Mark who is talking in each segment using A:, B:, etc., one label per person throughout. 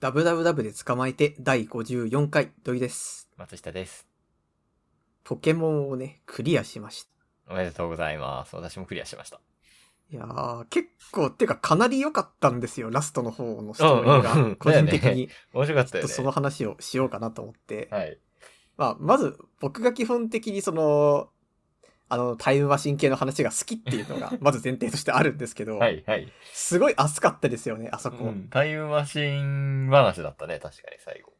A: ダブダブダブで捕まえて第54回土井です。
B: 松下です。
A: ポケモンをね、クリアしまし
B: おめでとうございます。私もクリアしました。
A: た。いやー、結構、てかかなり良かったんですよ、ラストの方のストーリーが。
B: うんうんうん
A: 個人的
B: だよ
A: に、
B: 面白かっ
A: ち
B: た
A: ょっと
B: よね。
A: その話をしようかなと思って。
B: はい。
A: まあ、まず、僕が基本的にその、あの、タイムマシン系の話が好きっていうの が、まず前提としてあるんですけど、
B: はい、はい。
A: すごい熱かったですよね、あそこ。
B: うんタイムマシン話だったね、確かに最後。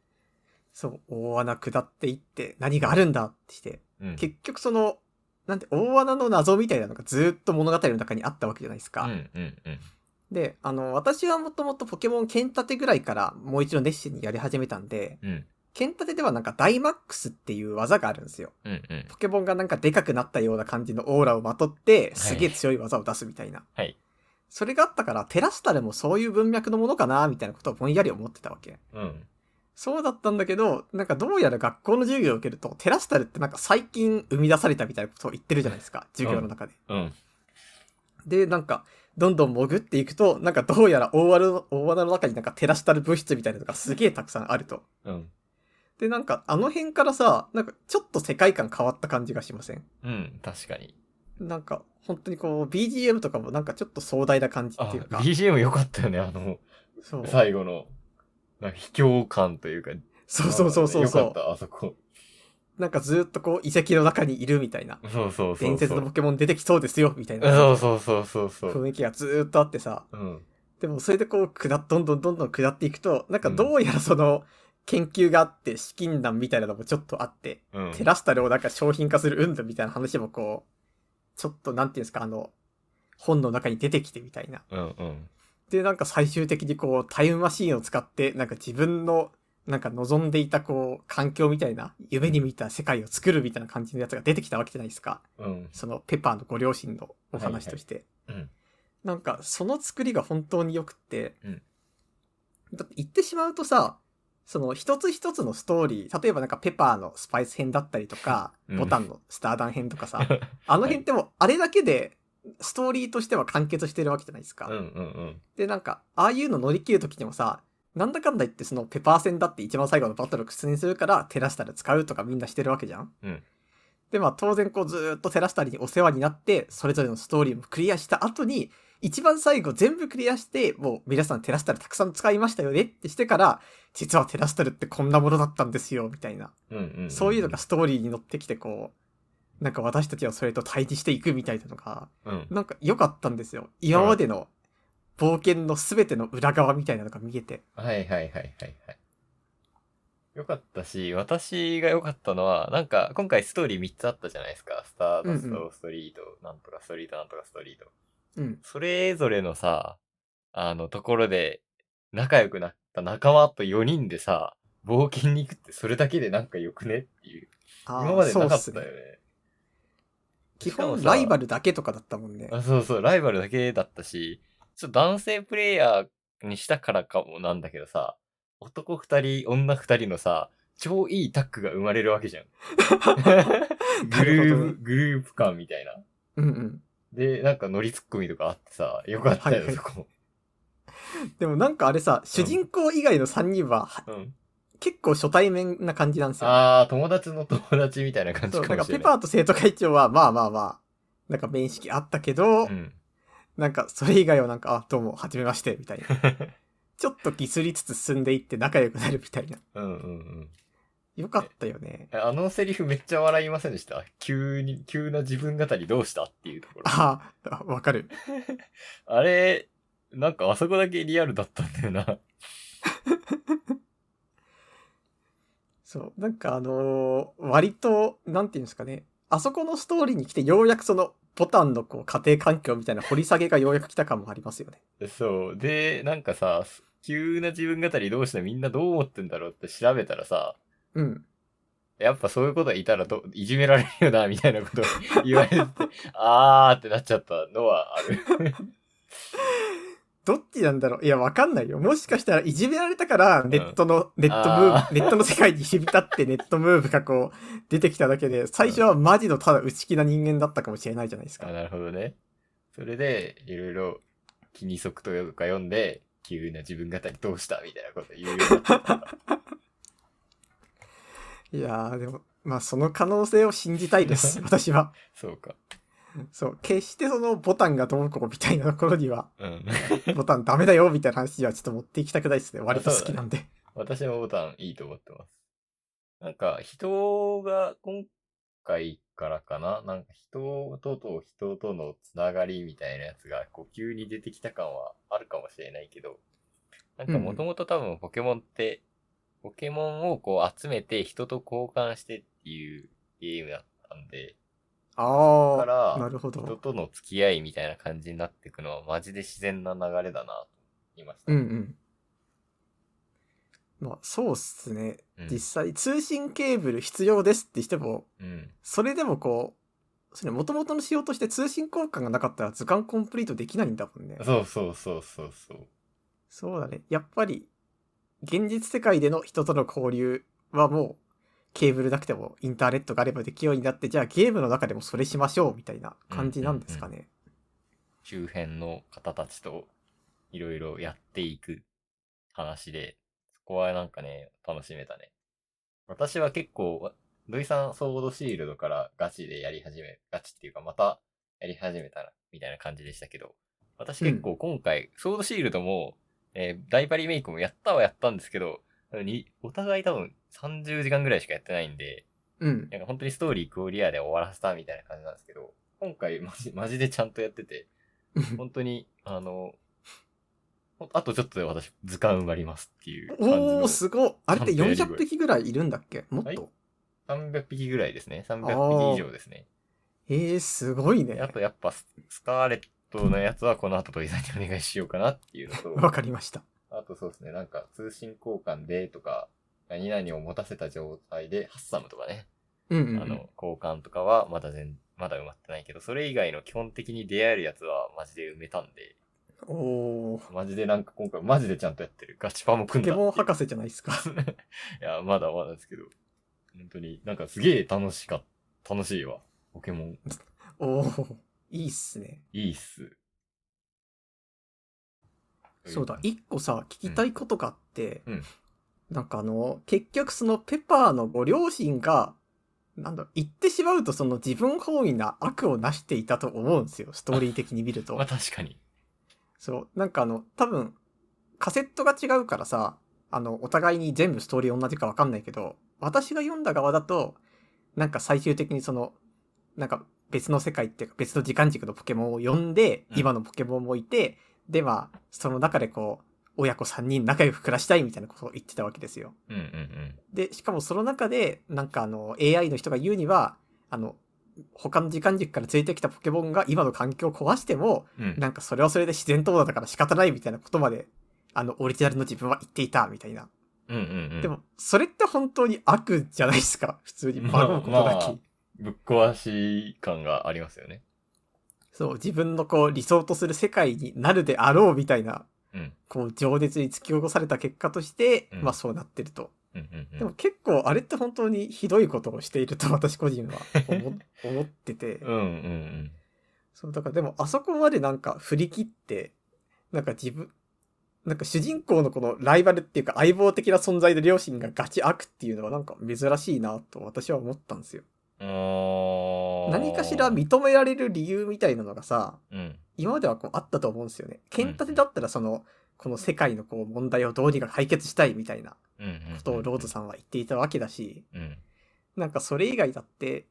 A: そう、大穴下っていって、何があるんだってして、
B: うん。
A: 結局その、なんて、大穴の謎みたいなのがずーっと物語の中にあったわけじゃないですか。
B: うん、うん、うん。
A: で、あの、私はもともとポケモン剣盾ぐらいからもう一度熱心にやり始めたんで、
B: うん、
A: 剣盾ではなんかダイマックスっていう技があるんですよ。
B: うん、うん。
A: ポケモンがなんかでかくなったような感じのオーラをまとって、すげえ強い技を出すみたいな。
B: はい
A: それがあったから、テラスタルもそういう文脈のものかな、みたいなことをぼんやり思ってたわけ。
B: うん。
A: そうだったんだけど、なんかどうやら学校の授業を受けると、テラスタルってなんか最近生み出されたみたいなことを言ってるじゃないですか、授業の中で。
B: うん。
A: で、なんか、どんどん潜っていくと、なんかどうやら大穴の大穴の中になんかテラスタル物質みたいなのがすげえたくさんあると。
B: うん。
A: で、なんかあの辺からさ、なんかちょっと世界観変わった感じがしません
B: うん、確かに。
A: なんか、本当にこう、BGM とかもなんかちょっと壮大な感じっ
B: あ
A: ていう、か、
B: BGM 良かったよね、あの、
A: そう
B: 最後の、なんか卑怯感というか。
A: そうそうそうそう
B: 良
A: そ
B: かっ
A: う。
B: た、あそこ。
A: なんかずっとこう、遺跡の中にいるみたいな。
B: そうそうそうそう。
A: 伝説のポケモン出てきそうですよ、みたいな。
B: そうそうそうそうそう。
A: 雰囲気がずーっとあってさ、
B: うん。
A: でもそれでこう下っ、どんどんどんどん下っていくと、なんかどうやらその、研究があって、資金難みたいなのもちょっとあって、
B: うん。
A: テラスタルをなんか商品化する運動みたいな話もこう、ちょっとなんていうんですか、あの、本の中に出てきてみたいな。
B: うんうん。
A: で、なんか最終的にこう、タイムマシーンを使って、なんか自分の、なんか望んでいたこう、環境みたいな、夢に見た世界を作るみたいな感じのやつが出てきたわけじゃないですか。
B: うん。
A: そのペッパーのご両親のお話として。
B: はいはいうん
A: なんか、その作りが本当に良くって、
B: うん
A: だって言ってしまうとさ、その一つ一つのストーリー、例えばなんかペッパーのスパイス編だったりとか、
B: うん
A: ボタンのスターダン編とか さ、あの辺ってもうあれだけで、ストーリーとしては完結してるわけじゃないですか。
B: うんうん
A: で、なんか、ああいうの乗り切るときにもさ、なんだかんだ言ってそのペパー戦だって一番最後のバトルを苦にするからテラスタル使うとかみんなしてるわけじゃん。
B: うん
A: で、まあ当然こうずーっとテラスタルにお世話になって、それぞれのストーリーもクリアした後に、一番最後全部クリアして、もう皆さんテラスタルたくさん使いましたよねってしてから、実はテラスタルってこんなものだったんですよ、みたいな。
B: うん。うんうん。
A: そういうのが、ストーリーに乗ってきてこう、なんか私たちはそれと対峙していくみたいなのが、
B: うん。
A: なんか良かったんですよ。今までの冒険のすべての裏側みたいなのが見えて。
B: はいはいはいはいはい。よかったし、私が良かったのは、なんか、今回ストーリー3つあったじゃないですか。スターダス
A: うんう
B: ト、ストリート、なんとかストリート、なんとかストリート。
A: うん。
B: それぞれのさ、あの、ところで、仲良くなった仲間と4人でさ、冒険に行くってそれだけでなんか良くねっていう。
A: あー
B: 今までなかった
A: そう
B: よ
A: っ
B: ね
A: す。基
B: しかも
A: 本
B: さ
A: ライバルだけとかだったもんね。
B: あそうそう、ライバルだけだったし、ちょっと男性プレイヤーにしたからかもなんだけどさ、男二人、女二人のさ、超いいタッグが生まれるわけ じゃん。グループ、グループ感みたいな。
A: うんうん。
B: で、なんか乗りツッコミとかあってさ、よかった
A: はいは
B: よ、
A: い
B: そこも。
A: でもなんかあれさ、主人公以外の3人はは
B: うん。
A: 結構初対面な感じなんですよ。
B: あー、友達の友達みたいな感じ
A: そう、な
B: か
A: ん
B: も
A: か
B: しれ
A: ペ
B: ない。
A: パーと生徒会長はまあまあまあ、なんか面識あったけど、
B: うん。
A: なんかそれ以外はなんか、あ、どうも、はじめまして、みたい な。ちょっとギスりつつ進んでいって仲良くなるみたいな。
B: うんうんうん。
A: よかったよね。
B: えあのセリフめっちゃ笑いませんでした急に、急な自分語りどうしたっていうところ。
A: あーあ、わかる。
B: あれ、なんかあそこだけリアルだったんだよな。
A: そう。なんかあのー割と、なんていうんですかね。あそこのストーリーに来てようやくその、ボタンのこう、家庭環境みたいな掘り下げがようやく来た感もありますよね。
B: そう。で、なんかさ、急な自分語りどうしてみんなどう思ってんだろうって調べたらさ、
A: うん。
B: やっぱそういうこといたらど、いじめられるよな、みたいなことを 言われて、あーってなっちゃったのはある。
A: どっちなんだろういや、わかんないよ。もしかしたらいじめられたから、ネット の、ネットムー
B: あ
A: ブ、ネットの世界に響いたってネットムーブがこう、出てきただけで、最初はマジのただ内気な人間だったかもしれないじゃないです
B: あ
A: か。
B: なるほどね。それで、いろいろ、気に即とか読んで、急な自分語りどうしたみたいなこと言うようになったから
A: いやー、でも、まあその可能性を信じたいです、 私は。
B: そうか。
A: そう、決してそのボタンがどうこうみたいなところには、
B: うん。
A: ボタンダメだよみたいな話にはちょっと持っていきたくないですね。割と好きなんで。
B: 私もボタンいいと思ってます。なんか、人が、今回からかななんか、人とと人とのつながりみたいなやつが、こう、急に出てきた感はあるかもしれないけど、なんか、
A: うん
B: もともと多分ポケモンって、ポケモンをこう集めて人と交換してっていうゲームだったんで、
A: あ
B: だから
A: あ、なるほ
B: 人
A: ど。
B: との付き合いみたいな感じになっていくのはマジで自然な流れだな、と言いました。
A: うんうん。まあそうっすね。
B: うん
A: 実際、通信ケーブル必要ですってしても、
B: うん。
A: それでもこう、それ元々の仕様として通信交換がなかったら図鑑コンプリートできないんだもんね。
B: そうそうそうそうそう。
A: そうだね。やっぱり、現実世界での人との交流はもう、ケーブルなくてもインターネットがあればできるようになって、じゃあゲームの中でもそれしましょうみたいな感じなんですかね。
B: 周辺の方たちといろいろやっていく話で、そこはなんかね、楽しめたね。私は結構、土井さんソードシールドからガチでやり始め、ガチっていうかまたやり始めたら、みたいな感じでしたけど、私結構今回、ソードシールドも、えーダイパリメイクもやったはやったんですけど、にお互い多分30時間ぐらいしかやってないんで、
A: うん。
B: なんか本当にストーリークオリアで終わらせたみたいな感じなんですけど、今回マジマジでちゃんとやってて、 本当に、あの、ほんあとちょっとで私、図鑑埋まりますっていう感じ
A: お
B: の
A: ー、、すごい。あれって
B: ちゃんとやり具合
A: 400匹ぐらいいるんだっけもっと。
B: はい300匹ぐらいですね。
A: あ
B: 300
A: ー
B: 匹以上ですね。
A: えー、すごいね。
B: あとやっぱス、スカーレットのやつはこの後土井さんにお願いしようかなっていうの
A: わ
B: と、
A: かりました。
B: あとそうですね、なんか通信交換でとか、何々を持たせた状態で、ハッサムとかね、
A: うんうん
B: あ
A: うん、
B: の、交換とかはまだ全、まだ埋まってないけど、それ以外の基本的に出会えるやつはマジで埋めたんで、
A: おー、
B: マジでなんか今回マジでちゃんとやってる。ガチパも
A: ポ
B: 組ん
A: ケ
B: だって
A: モ
B: い
A: ン
B: う。
A: 博士じゃない ですか。
B: いや、まだまだですけど。本当に、なんかすげえ楽しかった。楽しいわ。ポケモン。
A: おー、いいっすね。
B: いいっす。
A: そうだ、一個さ、聞きたいことがあって、
B: うんうん
A: なんかあの、結局そのペパーのご両親が、なんだろう、言ってしまうとその自分本位な悪をなしていたと思うんですよ、ストーリー的に見ると
B: まあ。確かに。
A: そう、なんかあの、多分、カセットが違うからさ、あの、お互いに全部ストーリー同じかわかんないけど、私が読んだ側だと、なんか最終的にその、なんか別の世界っていうか別の時間軸のポケモンを読んで、
B: うん
A: 今のポケモンもいて、でまあ、その中でこう、親子3人仲良く暮らしたいみたいなことを言ってたわけですよ。
B: うんうんうん。
A: で、しかもその中で、なんかあの、AI の人が言うには、あの、他の時間軸からついてきたポケモンが今の環境を壊しても、
B: うん、
A: なんかそれはそれで自然淘汰だから仕方ないみたいなことまで、あの、オリジナルの自分は言っていた、みたいな。
B: うんうんうん。
A: でも、それって本当に悪じゃないですか、普通に。
B: まあ
A: バカのことだけ。
B: まあぶっ壊し感がありますよね。
A: そう、自分のこう、理想とする世界になるであろう、みたいな、
B: うん。
A: こう、情熱に突き起こされた結果として、
B: うん
A: まあそうなってると。
B: うんうんうん。
A: でも結構、あれって本当にひどいことをしていると私個人は思思って て。
B: うんうんうん。
A: そう、だからでもあそこまでなんか振り切って、なんか自分、なんか主人公のこのライバルっていうか相棒的な存在で両親がガチ悪っていうのはなんか珍しいなと私は思ったんですよ。
B: あー
A: 何かしら認められる理由みたいなのがさ、
B: うん。
A: 今まではこうあったと思うんですよね。剣立てだったらその、この世界のこう問題をどうにか解決したいみたいな
B: うんうんうん。
A: ことをロードさんは言っていたわけだし、
B: ん。うん。
A: なんかそれ以外だって、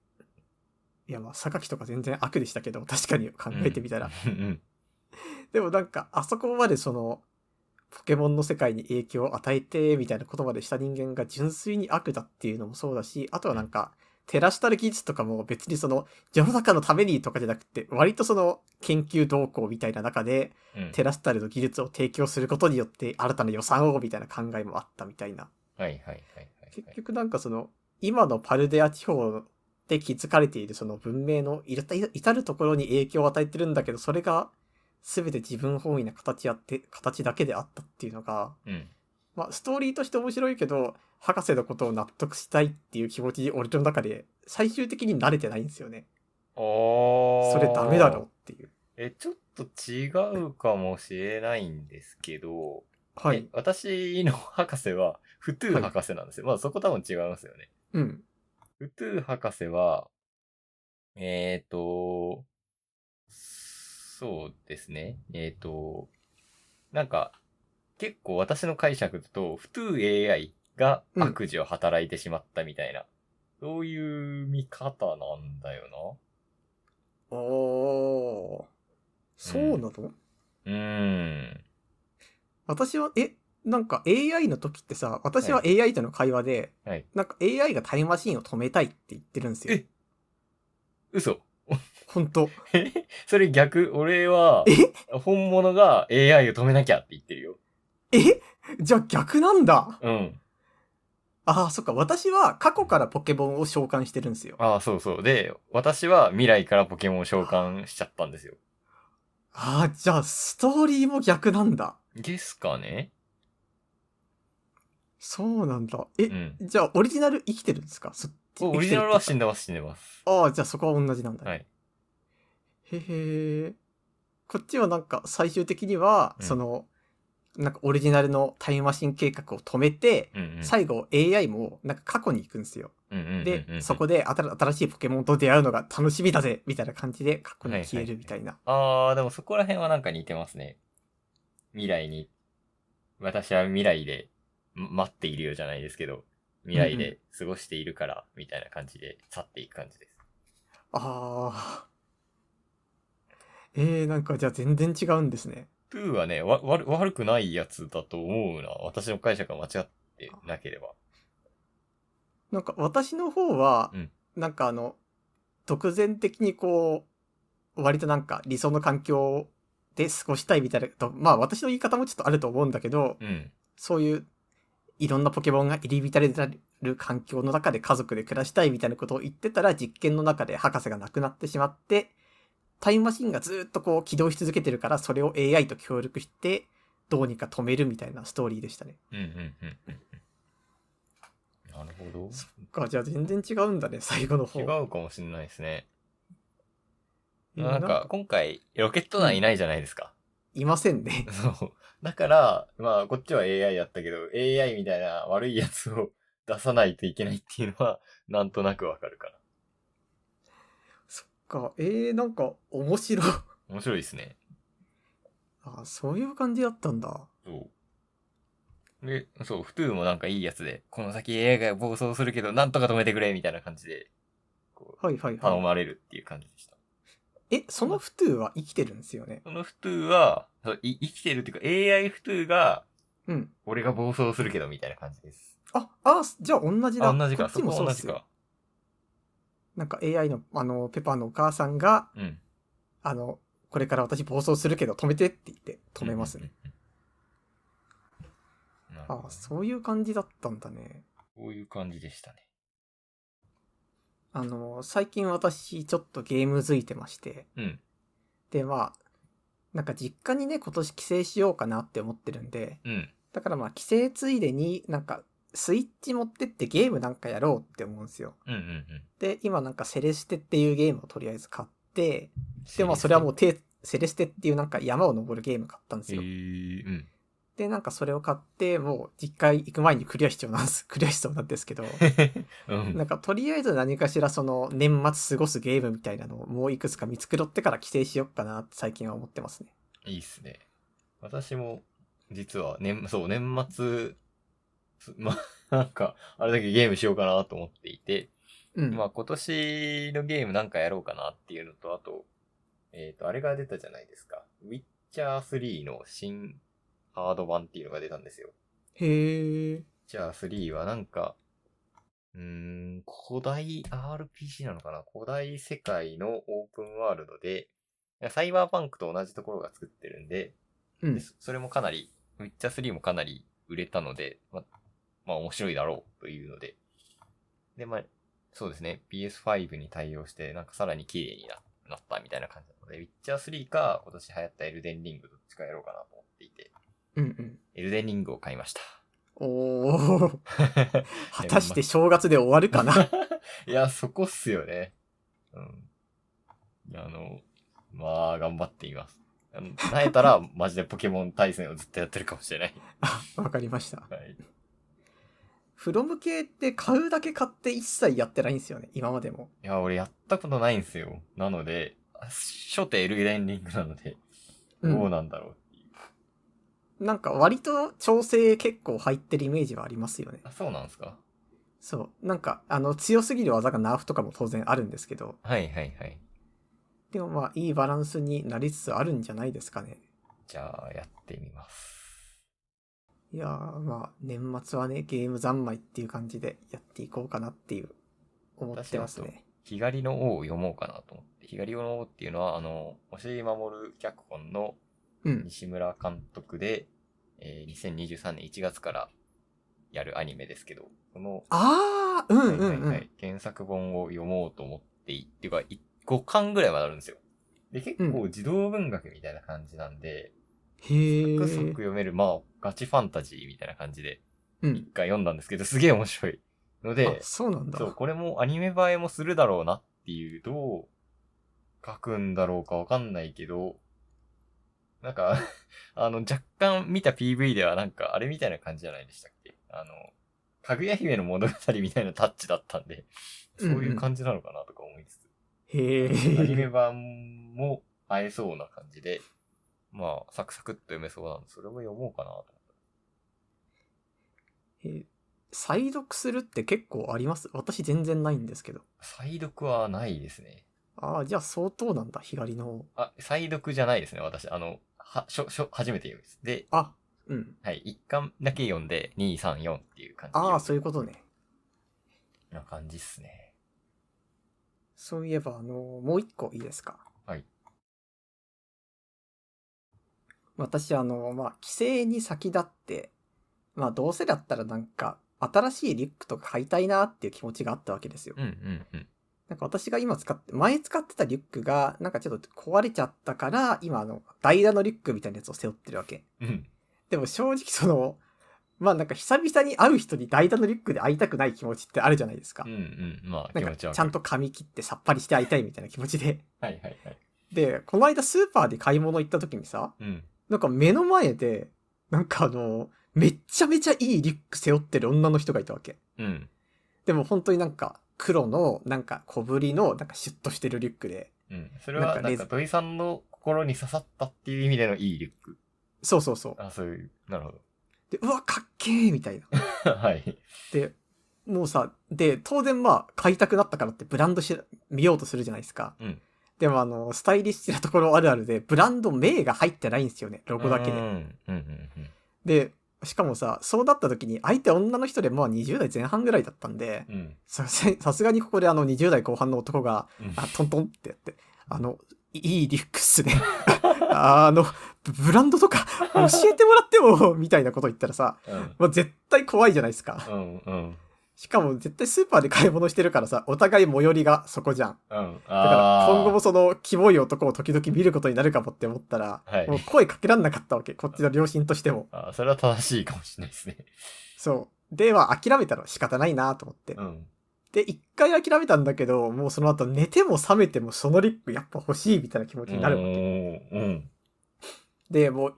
A: いやまあ、榊とか全然悪でしたけど、確かに考えてみたら。
B: うんうん。
A: でもなんか、あそこまでその、ポケモンの世界に影響を与えて、みたいなことまでした人間が純粋に悪だっていうのもそうだし、あとはなんか、テラスタル技術とかも別にその、世の中のためにとかじゃなくて、割とその、研究動向みたいな中で、
B: うん
A: テラスタルの技術を提供することによって、新たな予算を、みたいな考えもあったみたいな。
B: はいはいはいはいはい。
A: 結局なんかその、今のパルデア地方で築かれているその文明の至至るところに影響を与えてるんだけど、それが全て自分本位な形やって、形だけであったっていうのが、
B: うん。
A: まあストーリーとして面白いけど、博士のことを納得したいっていう気持ちに俺の中で最終的に慣れてないんですよね。
B: あー
A: それダメだろうっていう。
B: え、ちょっと違うかもしれないんですけど、
A: は
B: え
A: い。
B: 私の博士は、フトゥー博士なんですよ。まあそこ多分違いますよね。
A: うん。
B: フトゥー博士は、えっ、ー、と、そうですね。えっ、ー、と、なんか、結構私の解釈だと、フトゥー AI が悪事を働いてしまったみたいな、そういう見方なんだよ
A: おー。そうなの、
B: な。うーん。
A: 私は、え、なんか AI の時ってさ、私は AI との会話で、
B: はい
A: なんか AI がタイムマシンを止めたいって言ってるんですよ
B: え。嘘
A: 本当
B: え それ逆俺は、本物が AI を止めなきゃって言ってるよ。
A: えじゃあ逆なんだ
B: うん。
A: ああ、そっか。私は過去からポケモンを召喚してるんですよ。
B: ああ、そうそう。で、私は未来からポケモンを召喚しちゃったんですよ。
A: ああ、じゃあストーリーも逆なんだ。
B: ですかね
A: そうなんだ。え、
B: うん。
A: じゃあオリジナル生きてるんですかそ
B: おオリジナルは死ん
A: だ。
B: でます、死んでます。
A: ああ、じゃあそこは同じなんだ。
B: はい。
A: へへこっちはなんか最終的には、
B: うん
A: その、なんかオリジナルのタイムマシン計画を止めて、
B: うん、うん。
A: 最後 AI もなんか過去に行くんですよ。
B: うんうんうんうん
A: で、そ
B: で。
A: こで新新しいポケモンと出会うのが楽しみだぜみたいな感じで過去に消えるみたいな。
B: あー、でもそこら辺はなんか似てますね。未来に。私は未来で、ん待っているよじゃないですけど、未来
A: うんう
B: で過ごしているから、みたいな感じで、去っていく感じです。
A: ああ。えー、なんかじゃあ全然違うんですね。
B: トゥーはね、わ、悪悪くないやつだと思うな。私の解釈が間違ってなければ。
A: なんか私の方は、
B: うん
A: なんかあの、独善的にこう、割となんか理想の環境で過ごしたいみたいなと、まあ私の言い方もちょっとあると思うんだけど、
B: うん。
A: そういういろんなポケモンが入り浸れる環境の中で家族で暮らしたいみたいなことを言ってたら実験の中で博士が亡くなってしまって、タイムマシンがずっとこう起動し続けてるからそれを AI と協力してどうにか止めるみたいなストーリーでしたね。
B: うんうんうんうんうん。なるほど。
A: そかじゃあ全然違うんだね、最後の方。
B: 違うかもしれないですね。
A: えー
B: なんか、今回、ロケット団いないじゃないですか。
A: いませんね。
B: そう。だから、まあ、こっちは AI だったけど、AI みたいな悪いやつを出さないといけないっていうのは、なんとなくわかるから。
A: そっか、えー、なんか面白い。
B: 面白いですね。
A: あ、そういう感じだったんだ。
B: そう。で、そう、フトゥーもなんかいいやつで、この先 AI が暴走するけど、なんとか止めてくれ、みたいな感じで、こ、
A: はいはいう
B: 頼
A: は
B: まれるっていう感じでした。
A: い。え、そのフトゥーは生きてるんですよね。
B: そのフトゥーは、そうい生きてるっていうか、AI フトゥーが、
A: うん。
B: 俺が暴走するけど、みたいな感じです。
A: あ、あ、じゃあ同じだ。
B: あ、同じ
A: こ
B: か、
A: っ
B: そ
A: ちも
B: こ
A: そう
B: 同
A: で
B: じ
A: すよ。
B: か。
A: なんか AI の、あの、ペパーのお母さんが、
B: うん。
A: あの、これから私暴走するけど止めてって言って止めますね。
B: うんうんうん。なるほど
A: あ、そういう感じだったんだね。
B: こういう感じでしたね。
A: あの、最近私ちょっとゲームづいてまして。
B: うん。
A: で、まあ、なんか実家にね、今年帰省しようかなって思ってるんで、
B: うん。
A: だからまあ、帰省ついでになんか、スイッチ持ってってゲームなんかやろうって思うんですよ。
B: うんうんうん。
A: で、今なんかセレステっていうゲームをとりあえず買って、
B: セ
A: で、
B: レステ
A: まあそれはもう手、セレステっていうなんか山を登るゲーム買ったんです
B: へ
A: よ。
B: ーうん。
A: で、なんかそれを買って、もう実家行く前にクリアしちゃうなんです、 クリアしそうなんですけど、
B: う ん。
A: なんかとりあえず何かしらその年末過ごすゲームみたいなのをもういくつか見繕ってから帰省しよっかなって最近は思ってますね。
B: いいっすね。私も、実は、年、そう、年末、すま あ、なんか、あれだけゲームしようかなと思っていて、
A: うん。
B: まあ今年のゲームなんかやろうかなっていうのと、あと、えっ、と、あれが出たじゃないですか。ウィッチャー3の新ハード版っていうのが出たんですよ。
A: へえ。
B: じゃあ3はなんか、うーん、古代 RPG なのかな古代世界のオープンワールドで、サイバーパンクと同じところが作ってるんで、
A: うん
B: で。そそれもかなり、ウィッチャー3もかなり売れたので、ま、まあ面白いだろうというので。で、まあ、そうですね、PS5 に対応して、なんかさらに綺麗にななったみたいな感じなので、ウィッチャー3か今年流行ったエルデンリングどっちかやろうかなと思っていて、
A: うん
B: エルデンリングを買いました。
A: うん。おー。果たして正月で終わるかな
B: いや、そこっすよね。うん。いやあの、まあ、頑張っています。あの慣れたら、マジでポケモン対戦をずっとやってるかもしれない。
A: あ、わかりました。
B: はい。
A: フロム系って買うだけ買って一切やってないんですよね、今までも。
B: いや、俺やったことないんですよ。なので、初手エルデンリングなので、
A: うん
B: どうなんだろう。
A: なんか割と調整結構入ってるイメージはありますよね。
B: あ、そうなんですか
A: そう。なんか、あの、強すぎる技がナーフとかも当然あるんですけど、
B: はいはいはい。
A: でもまあ、いいバランスになりつつあるんじゃないですかね。
B: じゃあ、やってみます。
A: いやー、まあ、年末はね、ゲーム三昧っていう感じでやっていこうかなっていう、思ってますね。
B: ひがりの王を読もうかなと思って。ひがりの王っていうのは、あの、押井守脚本の
A: うん。
B: 西村監督で、えー2023年1月からやるアニメですけど、この、
A: あー、うんうんうん。
B: はいはいはい原作本を読もうと思ってい、っていうか、い5巻ぐらいまであるんですよ。で、結構児童文学みたいな感じなんで、
A: へ
B: サクサク
A: ー。
B: 読める、まあ、ガチファンタジーみたいな感じで、
A: うん。
B: 一回読んだんですけど、すげえ面白い。の
A: あ
B: で、、
A: そうなんだ。
B: そう、これもアニメ映えもするだろうなっていう、どう書くんだろうかわかんないけど、なんか、 あの、若干見た PV ではなんか、あれみたいな感じじゃないでしたっけあの、かぐや姫の物語みたいなタッチだったんで、そういう感じなのかなとか思いつつ、
A: へ
B: アニメ
A: ー。
B: 版も合えそうな感じで、まあ、サクサクっと読めそうなんで、それも読もうかなと。
A: えー再読するって結構あります私全然ないんですけど。
B: 再読はないですね。
A: ああ、じゃあ相当なんだ、左の方。
B: あ、再読じゃないですね、私。あの、は、しょ、しょ、初めて読みます。で、
A: あ、うん。
B: はい、一巻だけ読んで、2、3、4っていう感じ。
A: ああ、そういうことね。
B: な感じっすね。
A: そういえば、あのーもう一個いいですか
B: はい。
A: 私、あのーまあ、帰省に先立って、まあ、どうせだったらなんか、新しいリュックとか買いたいなっていう気持ちがあったわけですよ。
B: うんうんうん。
A: なんか私が今使って、前使ってたリュックが、なんかちょっと壊れちゃったから、今あの、代打のリュックみたいなやつを背負ってるわけ。
B: うん。
A: でも正直その、まあなんか久々に会う人に代打のリュックで会いたくない気持ちってあるじゃないですか。
B: うんうん。まあ、
A: なん
B: 気持
A: か
B: ち
A: ち
B: はわ
A: ゃ
B: か
A: ん
B: る。
A: と髪切ってさっぱりして会いたいみたいな気持ちで。
B: はいはいはい。
A: で、この間スーパーで買い物行った時にさ、
B: うん。
A: なんか目の前で、なんかあの、めっちゃめちゃいいリュック背負ってる女の人がいたわけ。
B: うん。
A: でも本当になんか黒の、なんか小ぶりの、なんかシュッとしてるリュックで。
B: うん。それは、
A: なんか
B: な
A: レ
B: ん
A: ズ
B: か、土井さんの心に刺さったっていう意味でのいいリュック。
A: そうそうそう。
B: あ、そういう、なるほ
A: で、うわ、かっけーみたいな。
B: ど。 はい。
A: で、もうさ、で、当然まあ、買いたくなったからってブランドしら見ようとするじゃないですか。
B: うん
A: でもあの、スタイリッシュなところあるあるで、ブランド名が入ってないんですよね、ロ
B: こ
A: ゴだけ
B: うんう
A: で。
B: んうん
A: で、しかもさ、そうなった時に、相手女の人でまあ20代前半ぐらいだったんで、
B: うん。うん。
A: さすさすがにここであの20代後半の男が、
B: うん
A: あ、トントンってやって、あの、いいリュックっすね。 あの、ブランドとか教えてもらっても、みたいなこと言ったらさ、
B: うん。
A: もう絶対怖いじゃないですか。
B: うんうん。
A: しかも絶対スーパーで買い物してるからさ、お互い最寄りがそこじゃん。
B: うん。
A: だから
B: あー
A: 今後もそのキモい男を時々見ることになるかもって思ったら、
B: はい
A: もう声かけらんなかったわけ。こっちの両親としても。
B: あ、それは正しいかもしれないですね。
A: そう。で、は諦めたら仕方ないなと思って
B: う。ん。
A: で、一回諦めたんだけど、もうその後寝ても覚めてもそのリュックやっぱ欲しいみたいな気持ちになるわけ。
B: うん。
A: で、もう、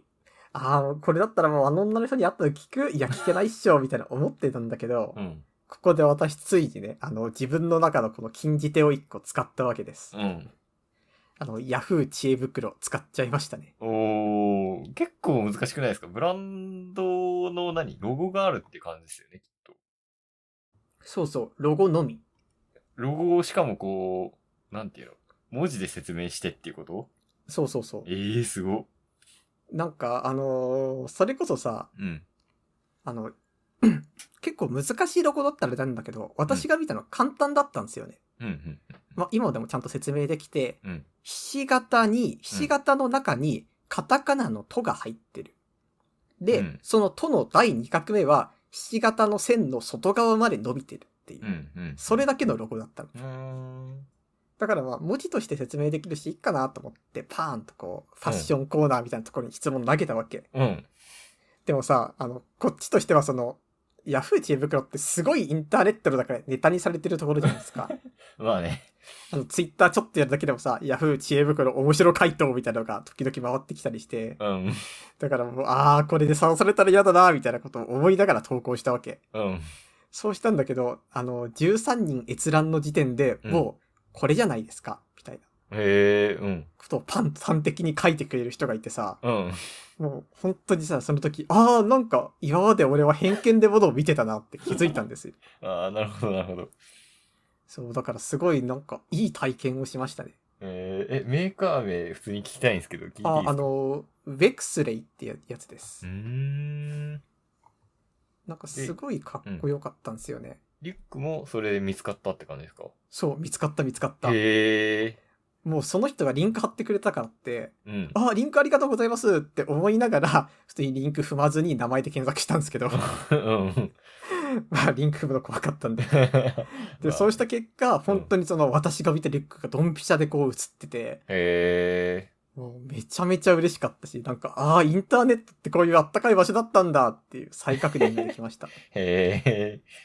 A: ああ、もうこれだったらもうあの女の人に会ったら聞くいや、聞けないっしょ、みたいな思ってたんだけど、
B: うん。
A: ここで私ついにね、あの、自分の中のこの禁じ手を一個使ったわけです。
B: うん。
A: あの、ヤフー知恵袋使っちゃいましたね。
B: おー、結構難しくないですかブランドの何ロゴがあるって感じですよね、きっと。
A: そうそう、ロゴのみ。
B: ロゴをしかもこう、なんていうの文字で説明してっていうこと
A: そうそうそう。
B: えー、すごっ。
A: なんか、あのーそれこそさ、
B: うん。
A: あの、 結構難しいロゴだったらあれなんだけど、私が見たの簡単だったんですよね。
B: うん、うん。
A: まあ、今でもちゃんと説明できて、
B: うん
A: ひし形に、ひし形の中に、カタカナのとが入ってる。で、
B: うん
A: そのとの第2画目は、ひし形の線の外側まで伸びてるっていう。
B: うん、うん。
A: それだけのロゴだったの。
B: うーん。
A: だからまあ文字として説明できるし、いいかなと思って、パーンとこう、ファッションコーナーみたいなところに質問投げたわけ。
B: うん。
A: でもさ、あの、こっちとしてはその、 ヤフー知恵袋ってすごいインターネットだからネタにされてるところじゃないですか。
B: まあね。
A: あの、ツイッターちょっとやるだけでもさ、ヤフー知恵袋面白回答みたいなのが時々回ってきたりして、
B: うん。
A: だからもう、あー、これで晒されたら嫌だな、みたいなことを思いながら投稿したわけ。
B: うん。
A: そうしたんだけど、あの、13人閲覧の時点で、
B: うん
A: もう、これじゃないですか、みたいな
B: へえ、うん。
A: ことをパンさん的に書いてくれる人がいてさ、
B: うん。
A: もう本当にさ、その時、あー、なんか、今まで俺は偏見でものを見てたなって気づいたんですよ。
B: ああ、なるほど、なるほど。
A: そう、だからすごいなんか、いい体験をしましたね。
B: えー、え、メーカー名普通に聞きたいんですけど、聞いていい
A: あ
B: で、す
A: あ
B: か
A: の、ウェクスレイってややつです
B: うー。ん。
A: なんかすごいかっこよかったんですよね。
B: リュックもそれで見つかったって感じですか
A: そう、見つかった見つかった。
B: へえ。
A: もうその人がリンク貼ってくれたからって、
B: うん。
A: あー、リンクありがとうございますって思いながら、普通にリンク踏まずに名前で検索したんですけ ど、
B: うん。
A: まあリンク踏むの怖かったんで。で、
B: まあ
A: そうした結果、本当にその私が見たリュックがドンピシャでこう映ってて、
B: へ
A: もうめちゃめちゃ嬉しかったし、なんか、ああ、インターネットってこういうあったかい場所だったんだっていう再確認ができま した。
B: え。へ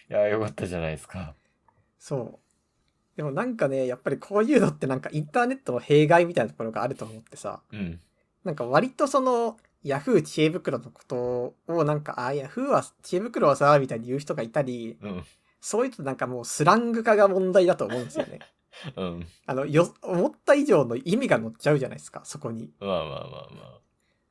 B: え。いや、よかったじゃないですか。
A: そう。でもなんかね、やっぱりこういうのってなんかインターネットの弊害みたいなところがあると思ってさ、
B: うん。
A: なんか割とその、ヤフー知恵袋のことをなんか、ああ、ヤフーは知恵袋はさ、みたいに言う人がいたり、
B: うん。
A: そういうとなんかもうスラング化が問題だと思うんですよね。
B: うん。
A: あの、よ、思った以上の意味が乗っちゃうじゃないですか、そこに。
B: まあまあまあま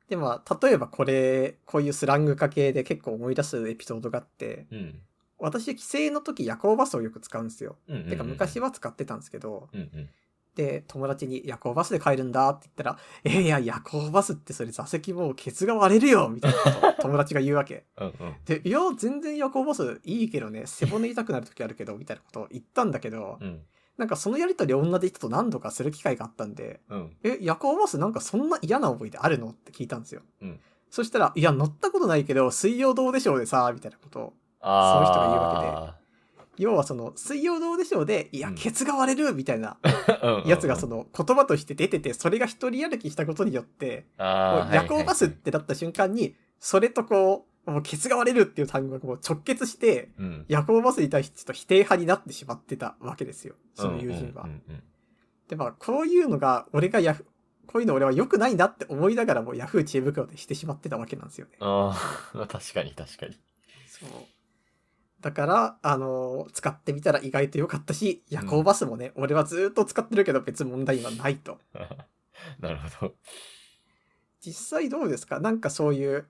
A: で、まあ、例えばこれ、こういうスラング化系で結構思い出すエピソードがあって、
B: あ。うん。
A: 私、帰省の時夜行バスをよく使うんですよ。
B: うん。
A: てか、昔。は使ってたんですけど、
B: うんうん。
A: で、友達に夜行バスで帰るんだって言ったら、えーいや、夜行バスってそれ座席もうケツが割れるよみたいなことを 友達が言うわけ。
B: うんうん。
A: で、いや、全然夜行バスいいけどね、背骨痛くなる時あるけど、みたいなことを言ったんだけど、
B: うん。
A: なんかそのやりとりを女で人と何度かする機会があったんで、
B: うん。
A: え、夜行バスなんかそんな嫌な思い出あるのって聞いたんですよ。
B: うん
A: そしたら、いや、乗ったことないけど、水曜どうでしょうでさ、みたいなことを。
B: ああ。
A: そういう人が言うわ要はその、水曜どうでしょうで、いや
B: う、ん
A: ケツが割れるみたいな
B: うんうん
A: やつがその言葉として出てて、それが一人歩きしたことによって、も
B: あ
A: う
B: あ。
A: 夜行バスっ
B: はい
A: てなった瞬間に、それとこう、もうケツが割れるっていう単語がもう直結して、
B: はいはいうん。
A: 夜行バスに対してちょっと否定派になってしまってたわけですよ。その友人は
B: うん。うんうん
A: で、まあ、こういうのが、俺がヤフ、こういうの俺は良くないなって思いながらも、ヤフー知恵袋でしてしまってたわけなんですよね。
B: あ あ。確かに確かに。
A: そう。だから、あのー使ってみたら意外と良かったし、夜行バスもね、俺はずーっと使ってるけど別に問題はないと。
B: なるほど。
A: 実際どうですかなんかそういう、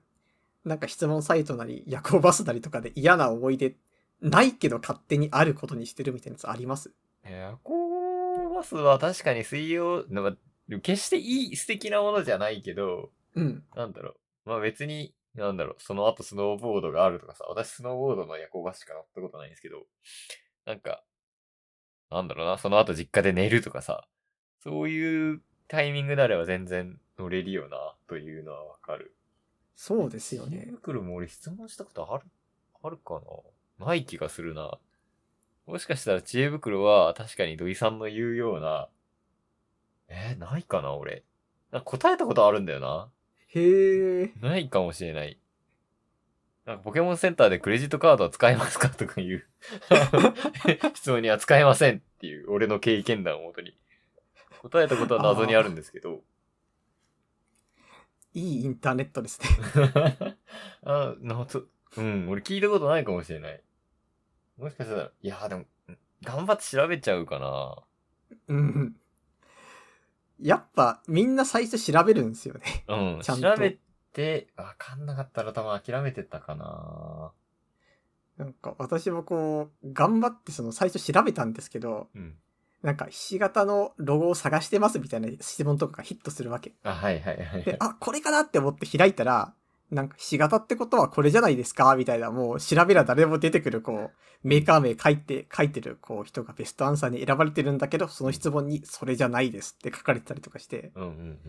A: なんか質問サイトなり、夜行バスなりとかで嫌な思い出、ないけど勝手にあることにしてるみたいなやつあります
B: 夜行バスは確かに水曜、なまあでも決していい素敵なものじゃないけど、
A: うん。
B: なんだろう。まあ別に、なんだろう、その後スノーボードがあるとかさ、私スノーボードの夜行バスしか乗ったことないんですけど、なんか、なんだろうな、その後実家で寝るとかさ、そういうタイミングであれば全然乗れるよな、というのはわかる。
A: そうですよね
B: 知恵。袋も俺質問したことある、あるかなない気がするな。もしかしたら知恵袋は確かに土井さんの言うような、えーないかな俺。なんか答えたことあるんだよな。
A: へえ。
B: ないかもしれない。なんかポケモンセンターでクレジットカードは使えますかとかいう 質問には使えませんっていう俺の経験談をもとに。答えたことは謎にあるんですけど。
A: いいインターネットですね。
B: あ、なと、うん、俺聞いたことないかもしれない。もしかしたら、いやーでも、うん頑張って調べちゃうかな。
A: うん。やっぱ、みんな最初調べるんですよね。
B: うん、
A: ちゃ
B: 調
A: んと
B: べて、わかんなかったら多分諦めてたかな。
A: なんか私もこう、頑張ってその最初調べたんですけど、
B: うん。
A: なんかひし形のロゴを探してますみたいな質問とかがヒットするわけ。
B: あ、はいはいはいは
A: で
B: い、。
A: あ、これかなって思って開いたら、なんかひし形ってことはこれじゃないですかみたいな、もう調べら誰も出てくるこう、メーカー名書いて、書いてるこう人がベストアンサーに選ばれてるんだけど、その質問にそれじゃないですって書かれてたりとかして、
B: うんうんうんうん。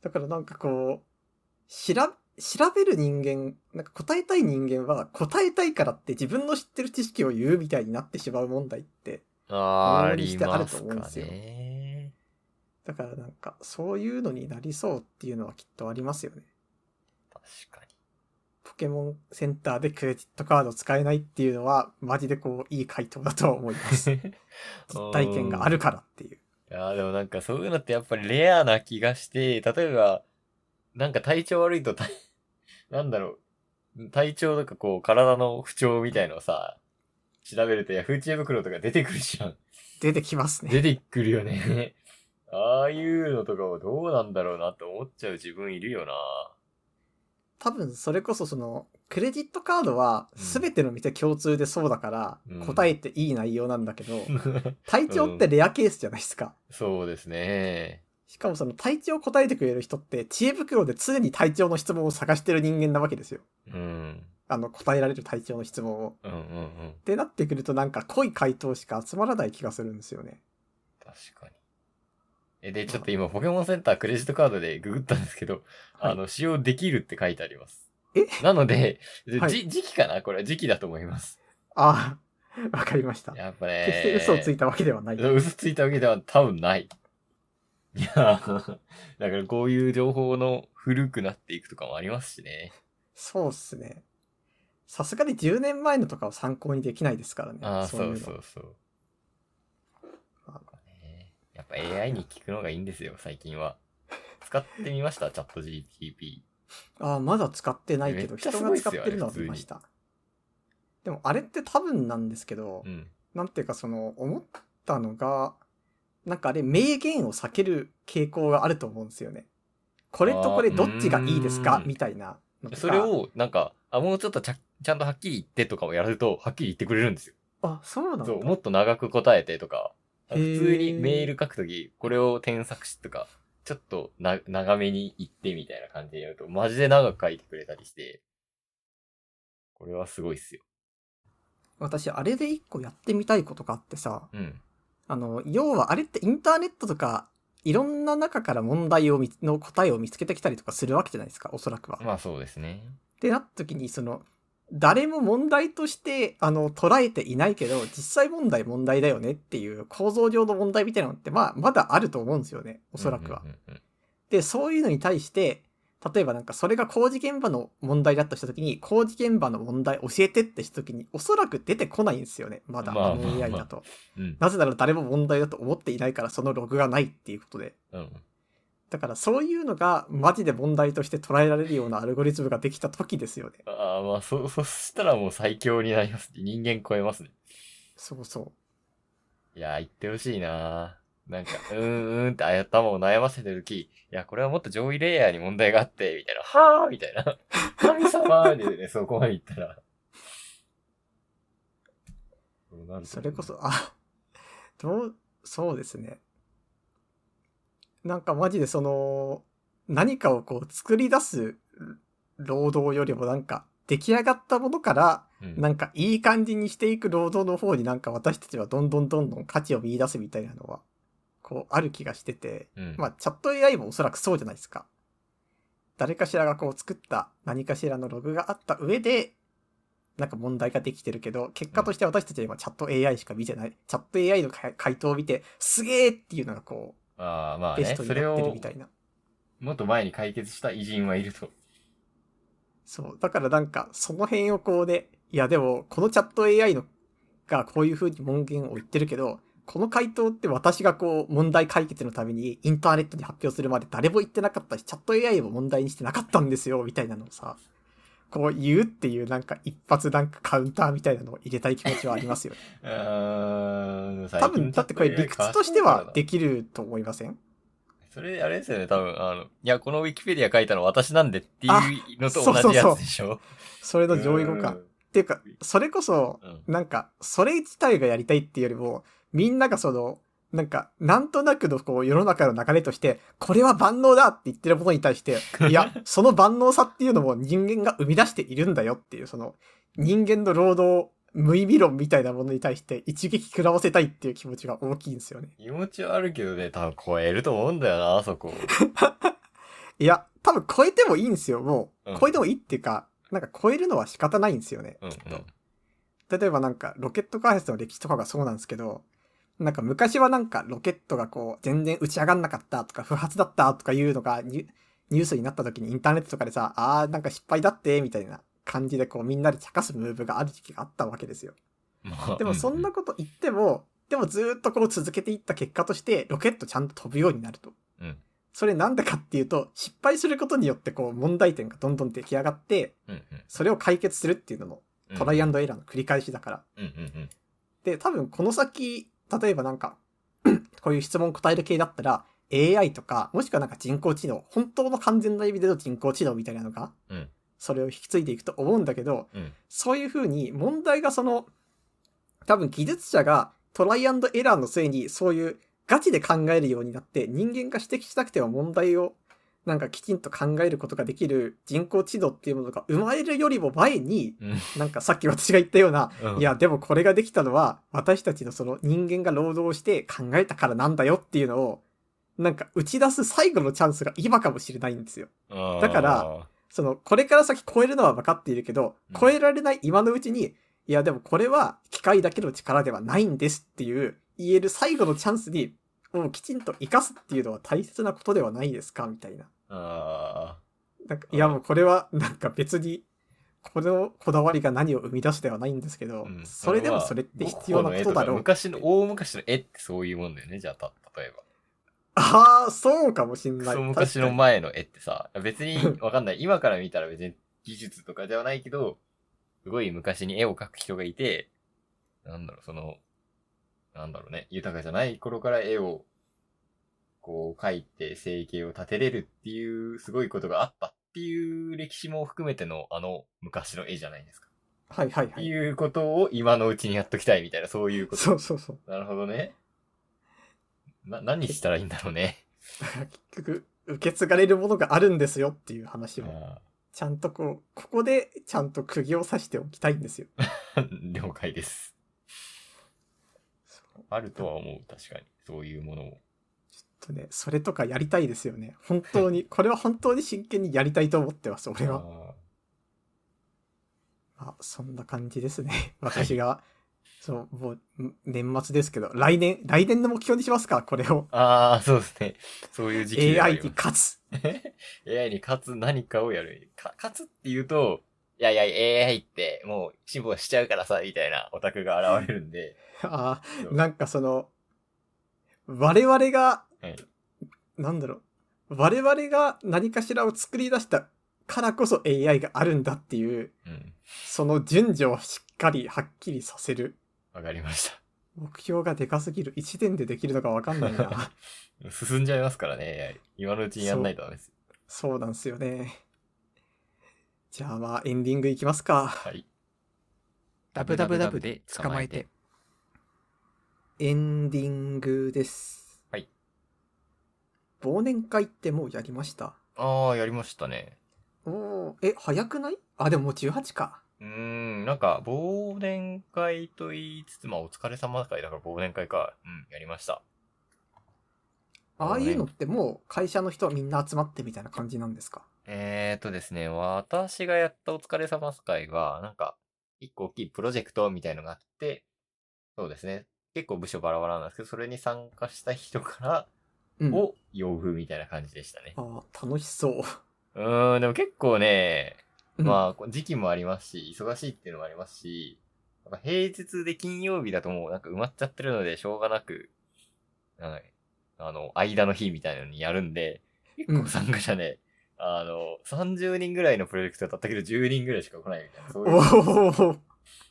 A: だからなんかこう、調べ、調べる人間、なんか答えたい人間は答えたいからって自分の知ってる知識を言うみたいになってしまう問題って。
B: あー、あ
A: 往々に
B: り
A: してある
B: ま
A: と
B: す
A: 思うん
B: か
A: ですよ
B: ね。
A: だからなんかそういうのになりそうっていうのはきっとありますよね。
B: 確かに。
A: ポケモンセンターでクレジットカード使えないっていうのは、マジでこう、いい回答だとは思い ます。実体験があるからっていう。
B: いやーでもなんかそういうのってやっぱりレアな気がして、例えば、なんか体調悪いと体、 なんだろう、体調とかこう体の不調みたいのをさ、調べるとヤフー知恵袋とか出てくるじゃん。
A: 出てきますね。
B: 出てくるよね。 ああいうのとかはどうなんだろうなって思っちゃう自分いるよ な。
A: 多分、それこそその、クレジットカードは、すべての店共通でそうだから
B: うん、
A: 答えていい内容なんだけど、体調ってレアケースじゃないですか。
B: そうですね。
A: しかもその体調を答えてくれる人って、知恵袋で常に体調の質問を探してる人間なわけですよ。
B: うん。
A: あの、答えられる体調の質問を。
B: うんうんうん。
A: ってなってくるとなんか濃い回答しか集まらない気がするんですよね。
B: 確かに。え、で、ちょっと今、ポケモンセンタークレジットカードでググったんですけど、
A: はい
B: あの、使用できるって書いてあります。
A: え
B: なので、じ、
A: はい
B: 時期かなこれは時期だと思います。
A: ああ、わかりました。
B: やっぱね。
A: 決して嘘をついたわけではない。
B: 嘘ついたわけでは多分ない。いやーだからこういう情報の古くなっていくとかもありますしね。
A: そうっすね。さすがに10年前のとかを参考にできないですからね。
B: ああ、
A: い
B: そう
A: の
B: そうそう。
A: あ
B: ねやっぱ AI に聞くのがいいんですよ、最近は。使ってみました、チャット GTP。
A: ああ、まだ使ってないけど、
B: めっちゃ
A: 人
B: す
A: が
B: ごいっ
A: 使っ
B: す
A: て
B: よ
A: るのは見ました。でもあれって多分なんですけど、
B: うん。
A: なんていうかその、思ったのが、なんかあれ、名言を避ける傾向があると思うんですよね。これとこれどっちがいいです
B: あーう
A: か
B: ーん
A: みたいなのとか。
B: それを、なんか、あ、もうちょっとちゃちゃんとはっきり言ってとかもやると、はっきり言ってくれるんですよ。
A: あ、そうなんだ。
B: そう、もっと長く答えてとか、
A: へ
B: 普
A: ー
B: 通にメール書くとき、これを添削しとか、ちょっとな長めに言ってみたいな感じでやると、マジで長く書いてくれたりして、これはすごいっすよ。
A: 私、あれで一個やってみたいことがあってさ、
B: うん。
A: あの、要はあれってインターネットとか、いろんな中から問題を見つの答えを見つけてきたりとかするわけじゃないですか、おそらくは。っ
B: まあそうですね。
A: てなった時に、その、誰も問題として、あの、捉えていないけど、実際問題問題だよねっていう構造上の問題みたいなのって、まあ、まだあると思うんですよね、おそらくは
B: う。んうんうんうん。
A: で、そういうのに対して、例えばなんかそれが工事現場の問題だとした時に、工事現場の問題教えてってした時に、おそらく出てこないんですよね。まだ、
B: まあ
A: あの AI だと。
B: うん。
A: なぜなら誰も問題だと思っていないから、そのログがないっていうことで。
B: うん。
A: だからそういうのがマジで問題として捉えられるようなアルゴリズムができた時ですよね。
B: ああ、まあ、そ、 そしたらもう最強になります。人間超えますね。
A: そうそう。
B: いやー、言ってほしいなーなんか、うーん、うーんって頭を悩ませてる時、いや、これはもっと上位レイヤーに問題があって、みたいな、はぁーみたいな。 神様でね、そこまで行ったら。どうなると思う
A: それこ。そ、あ、どう、そうですね。なんかマジでその、何かをこう作り出す労働よりもなんか出来上がったものから
B: うん、
A: なんかいい感じにしていく労働の方になんか私たちはどんどんどんどん価値を見出すみたいなのは、こうある気がしてて、
B: うん
A: まあ、チャット AI もおそらくそうじゃないですか。誰かしらがこう作った何かしらのログがあった上で、なんか問題ができてるけど、結果として私たちは今チャット AI しか見てない。チャット AI の回回答を見て、すげーっていうのがこ
B: あーま
A: う、
B: あ
A: ベス
B: ね、
A: トに
B: それ
A: なってる
B: を
A: み、たいな。
B: もっと前に解決した偉人はいると。
A: そう。だからなんか、その辺をこうね、いやでも、このチャット AI のがこういう風に文言を言ってるけど、この回答って私がこう、問題解決のためにインターネットに発表するまで誰も言ってなかったし、チャット AI も問題にしてなかったんですよ、みたいなのをさ、こう言うっていうなんか一発なんかカウンターみたいなのを入れたい気持ちはありますよね。
B: うーん、
A: 多分、だってこれ理屈としては
B: で
A: できると思いません
B: それ、あれですよね、多分、あの、いや、このウィキペディア書いたの私なんでっていうのと
A: あそうそ
B: 同
A: う
B: じ
A: そう
B: やつでしょ。
A: それの上位互換。っていうか、それこそ、
B: うん。うん
A: なんか、それ自体がやりたいっていうよりも、みんながその、なんか、なんとなくのこう、世の中の流れとして、これは万能だって言ってるものに対して、いや、その万能さっていうのも人間が生み出しているんだよっていう、その、人間の労働、無意味論みたいなものに対して一撃食らわせたいっていう気持ちが大きいんですよね。
B: 気持ちはあるけどね、多分超えると思うんだよな、あそ こ。
A: いや、多分超えてもいいんですよ、も
B: うん
A: う。超えてもいいっていうか、なんか超えるのは仕方ないんですよね。
B: うん、うん。
A: 例えばなんかロケット開発の歴史とかがそうなんですけど、なんか昔はなんかロケットがこう全然打ち上がんなかったとか不発だったとかいうのがニュニュースになった時にインターネットとかでさ、あーなんか失敗だってみたいな感じでこうみんなで茶化すムーブがある時期があったわけですよ。
B: まあ
A: でもそんなこと言っても、でもずーっとこう続けていった結果として、ロケットちゃんと飛ぶようになると。
B: うん
A: それなんでかっていうと、失敗することによってこう問題点がどんどん出来上がって、
B: うんうん
A: それを解決するっていうのも
B: うん
A: トライアンドエラーの繰り返しだから。
B: うんうん
A: で、多分この先、例えばなんか、 こういう質問答える系だったら、AI とか、もしくはなんか人工知能、本当の完全な意味での人工知能みたいなのが、
B: うん
A: それを引き継いでいくと思うんだけど、
B: うん
A: そういう風に問題がその、多分技術者がトライアンドエラーのせいにそういうガチで考えるようになって人間が指摘しなくても問題をなんかきちんと考えることができる人工知能っていうものが生まれるよりも前に、
B: うん
A: なんかさっき私が言ったような、
B: うん
A: いやでもこれができたのは私たちのその人間が労働して考えたからなんだよっていうのをなんか打ち出す最後のチャンスが今かもしれないんですよ。だからその、これから先超えるのは分かっているけど
B: うん、
A: 超えられない今のうちに、いやでもこれは機械だけの力ではないんですっていう、言える最後のチャンスに、もうきちんと活かすっていうのは大切なことではないですかみたいな。
B: あ
A: なんか、
B: うん
A: いやもうこれはなんか別に、このこだわりが何を生み出すではないんですけ
B: ー
A: ど、
B: うん
A: それでもそれって必要なことだろ
B: 僕の絵か
A: う。
B: 昔の大昔の絵ってそういうもんだよねじゃあた例えば
A: ああ、そうかもしん
B: ク
A: ない。
B: ソ昔の
A: 確かに
B: 前の絵ってさ、別にわかんない。今から見たら別に技術とかではないけど、すごい昔に絵を描く人がいて、なんだろう、その、なんだろうね、豊かじゃない頃から絵を、こう描いて生計を立てれるっていう、すごいことがあったっていう歴史も含めての、あの、昔の絵じゃないですか。
A: はいはい
B: っ
A: は
B: て
A: い。
B: いうことを今のうちにやっときたいみたいな、そうい うこと。
A: そうそうそう。
B: なるほどね。な、何したらいいんだろうね。
A: 結局、受け継がれるものがあるんですよっていう話も。
B: あ
A: ちゃんとこう、ここでちゃんと釘を刺しておきたいんですよ。
B: ー 了解です。
A: そう
B: あるとは思う、確かに。そういうものを。
A: ちょっとね、それとかやりたいですよね。本当に、これは本当に真剣にやりたいと思ってます、俺は。
B: あ
A: あそんな感じですね。私が、そう、もうん年末ですけど、来年、来年の目標にしますか、これを。
B: ーあー、そうですね。そういう時期ではあ
A: AI
B: り
A: に
B: ま
A: 勝つ。
B: す AI に勝つ何かをやる。か勝つって言うと、いやいや、AI ってもう辛抱しちゃうからさ、みたいなオタクが現れる んで。
A: あー
B: そう
A: なんかその、我々が、
B: はい
A: なんだろう、我々が何かしらを作り出したからこそ AI があるんだっていう、
B: うん。
A: その順序をしっかりはっきりさせる。
B: わかりまし
A: 目標がでかすぎる。1年でできるのかわかんな いな。
B: た。進んじゃいますからね、AI。今のうちにやんないとダメです。
A: そうなんすよね。じゃあまあエンディングいきますか。
B: はい。
C: ダブダブダブで捕まえて。
A: エンディングです。
B: はい。
A: 忘年会ってもうやりました。
B: ああ、やりましたね。
A: おお、え、早くないあ、でももう18か。
B: うーん、なんか、忘年会と言いつつ、まあ、お疲れ様会だから忘年会か。うん、やりました。
A: ああいうのってもう会社の人はみんな集まってみたいな感じなんですか
B: えーとですね、私がやったお疲れ様会は、なんか、一個大きいプロジェクトみたいのがあって、そうですね、結構部署バラバラなんですけど、それに参加した人から、
A: うん。
B: を要封みたいな感じでしたね。
A: ああ、楽しそう
B: ーん、でも結構ね、
A: う。あ。
B: まあ、こう時期もありますし、忙しいっていうのもありますし、やっぱ平日で金曜日だともうなんか埋まっちゃってるので、しょうがなく、はい、あの、間の日みたいなのにやるんで、結
A: う
B: 構
A: ん
B: 参加者ね、あの、30人ぐらいのプロジェクトだったけど、10人ぐらいしか来ないみたいな、そう
A: お
B: いう。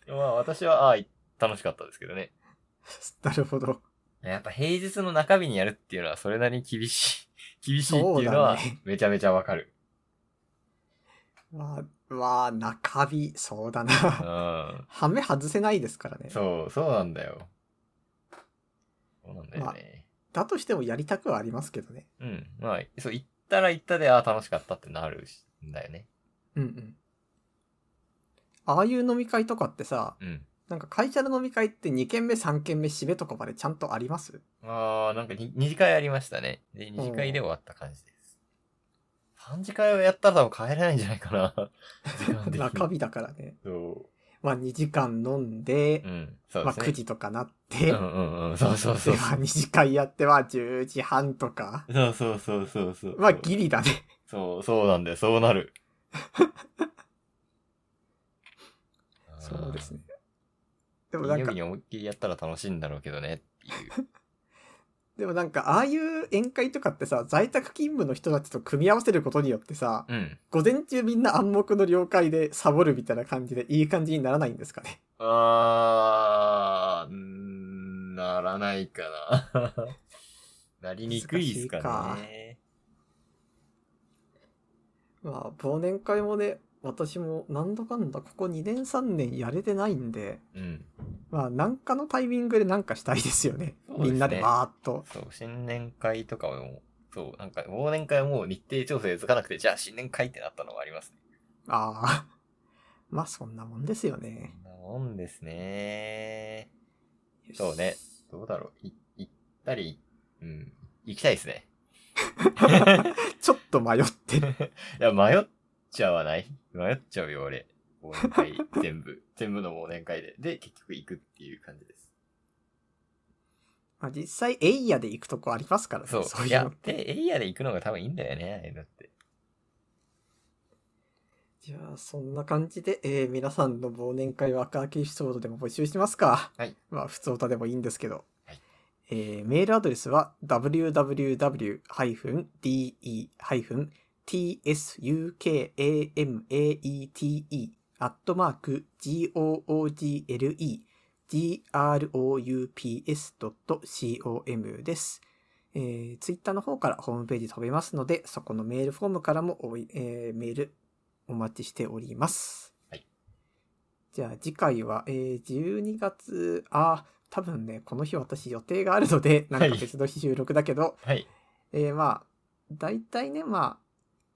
A: お、
B: まあ、私は、ああ、楽しかったですけどね。
A: なるほど。
B: やっぱ平日の中日にやるっていうのは、それなりに厳しい、 厳しいっていうの
A: そうだ
B: は
A: ね、
B: めちゃめちゃわかる。
A: まあ、まあ、中日、そうだな。
B: うん。
A: ハメ外せないですからね。
B: そう、そうなんだよ。そうなんだよね。
A: だとしてもやりたくはありますけどね。
B: うん。まあ、そう、行ったら行ったで、ああ、楽しかったってなるしんだよね。
A: うんうん。ああいう飲み会とかってさ、
B: うん。
A: なんか会社の飲み会って2軒目3軒目締めとかまでちゃんとあります
B: ああ、なんかに二次会ありましたね。で、二次会で終わった感じです。三次会をやったら多分帰れないんじゃないかな。 時間的に。
A: 中日だからね。
B: そ
A: まあ2時間飲んで
B: う。う、ん。そう
A: ま
B: で
A: あ
B: すね。
A: 9時とかなって、
B: うんうんうん。そうそうそう
A: で。まあ2時間やっては10時半とか。
B: そうそうそうそうそう。
A: まあギリだね。
B: そう、そうなんだよ。そうなる。
A: そうですね。でも
B: でも
A: な
B: なんん
A: か
B: か。、に思いっきりやったら楽しいんだろうけどねっていう。
A: でもなんか、ああいう宴会とかってさ、在宅勤務の人たちと組み合わせることによってさ、
B: うん。
A: 午前中みんな暗黙の了解でサボるみたいな感じでいい感じにならないんですかね。
B: あー、んーならないかな。 なりにくいですかね。
A: まあ、忘年会もね、私もなんだかんだここ2年3年やれてないんで、
B: うん。
A: まあ、なんかのタイミングでなんかしたいですよね。
B: そうで
A: み
B: すね
A: んなでバーっと。
B: そう、新年会とかも、そう、なんか忘年会はもう日程調整つかなくて、じゃあ新年会ってなったのはありますね。
A: ああ。 まあ、そんなもんですよね
B: そ。んなもんですね。そうね。どうだろう。い、行ったり、うん。行きたいですね。
A: ちょっと迷って る。
B: いや、迷っちゃわない迷っちゃうよ、俺。忘年 会、全部。全部の忘年会で。で、結局行くっていう感じです。
A: まあ、実際、エイヤで行くとこありますからね。
B: そう。
A: そう
B: い
A: いう
B: や
A: の。、
B: で、エリアで行くのが多分いいんだよね、ああいうのって。
A: じゃあ、そんな感じで、えー皆さんの忘年会ワーカーエピソードでも募集してますか。
B: はい。
A: まあ、普通歌でもいいんですけど。
B: はい
A: えーメールアドレスは www-tsuskamate.google-groups.com です。えー、ツイッターの方からホームページ飛べますので、そこのメールフォームからもおい、えーメールお待ちしております。
B: はい。
A: じゃあ次回は、えー、12月、あー、多分ね、この日私予定があるので、なんか別の日収録だけど、
B: はい。
A: えー、まあ、大体ね、まあ、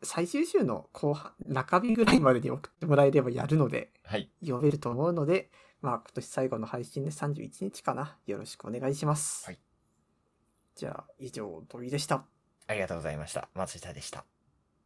A: 最終週の後半、中日ぐらいまでに送ってもらえればやるので、
B: はい。
A: 読めると思うので、まあ、今年最後の配信で31日かな。よろしくお願いします。
B: はい。
A: じゃあ、以上、土井でした。
B: ありがとうございました。松下でした。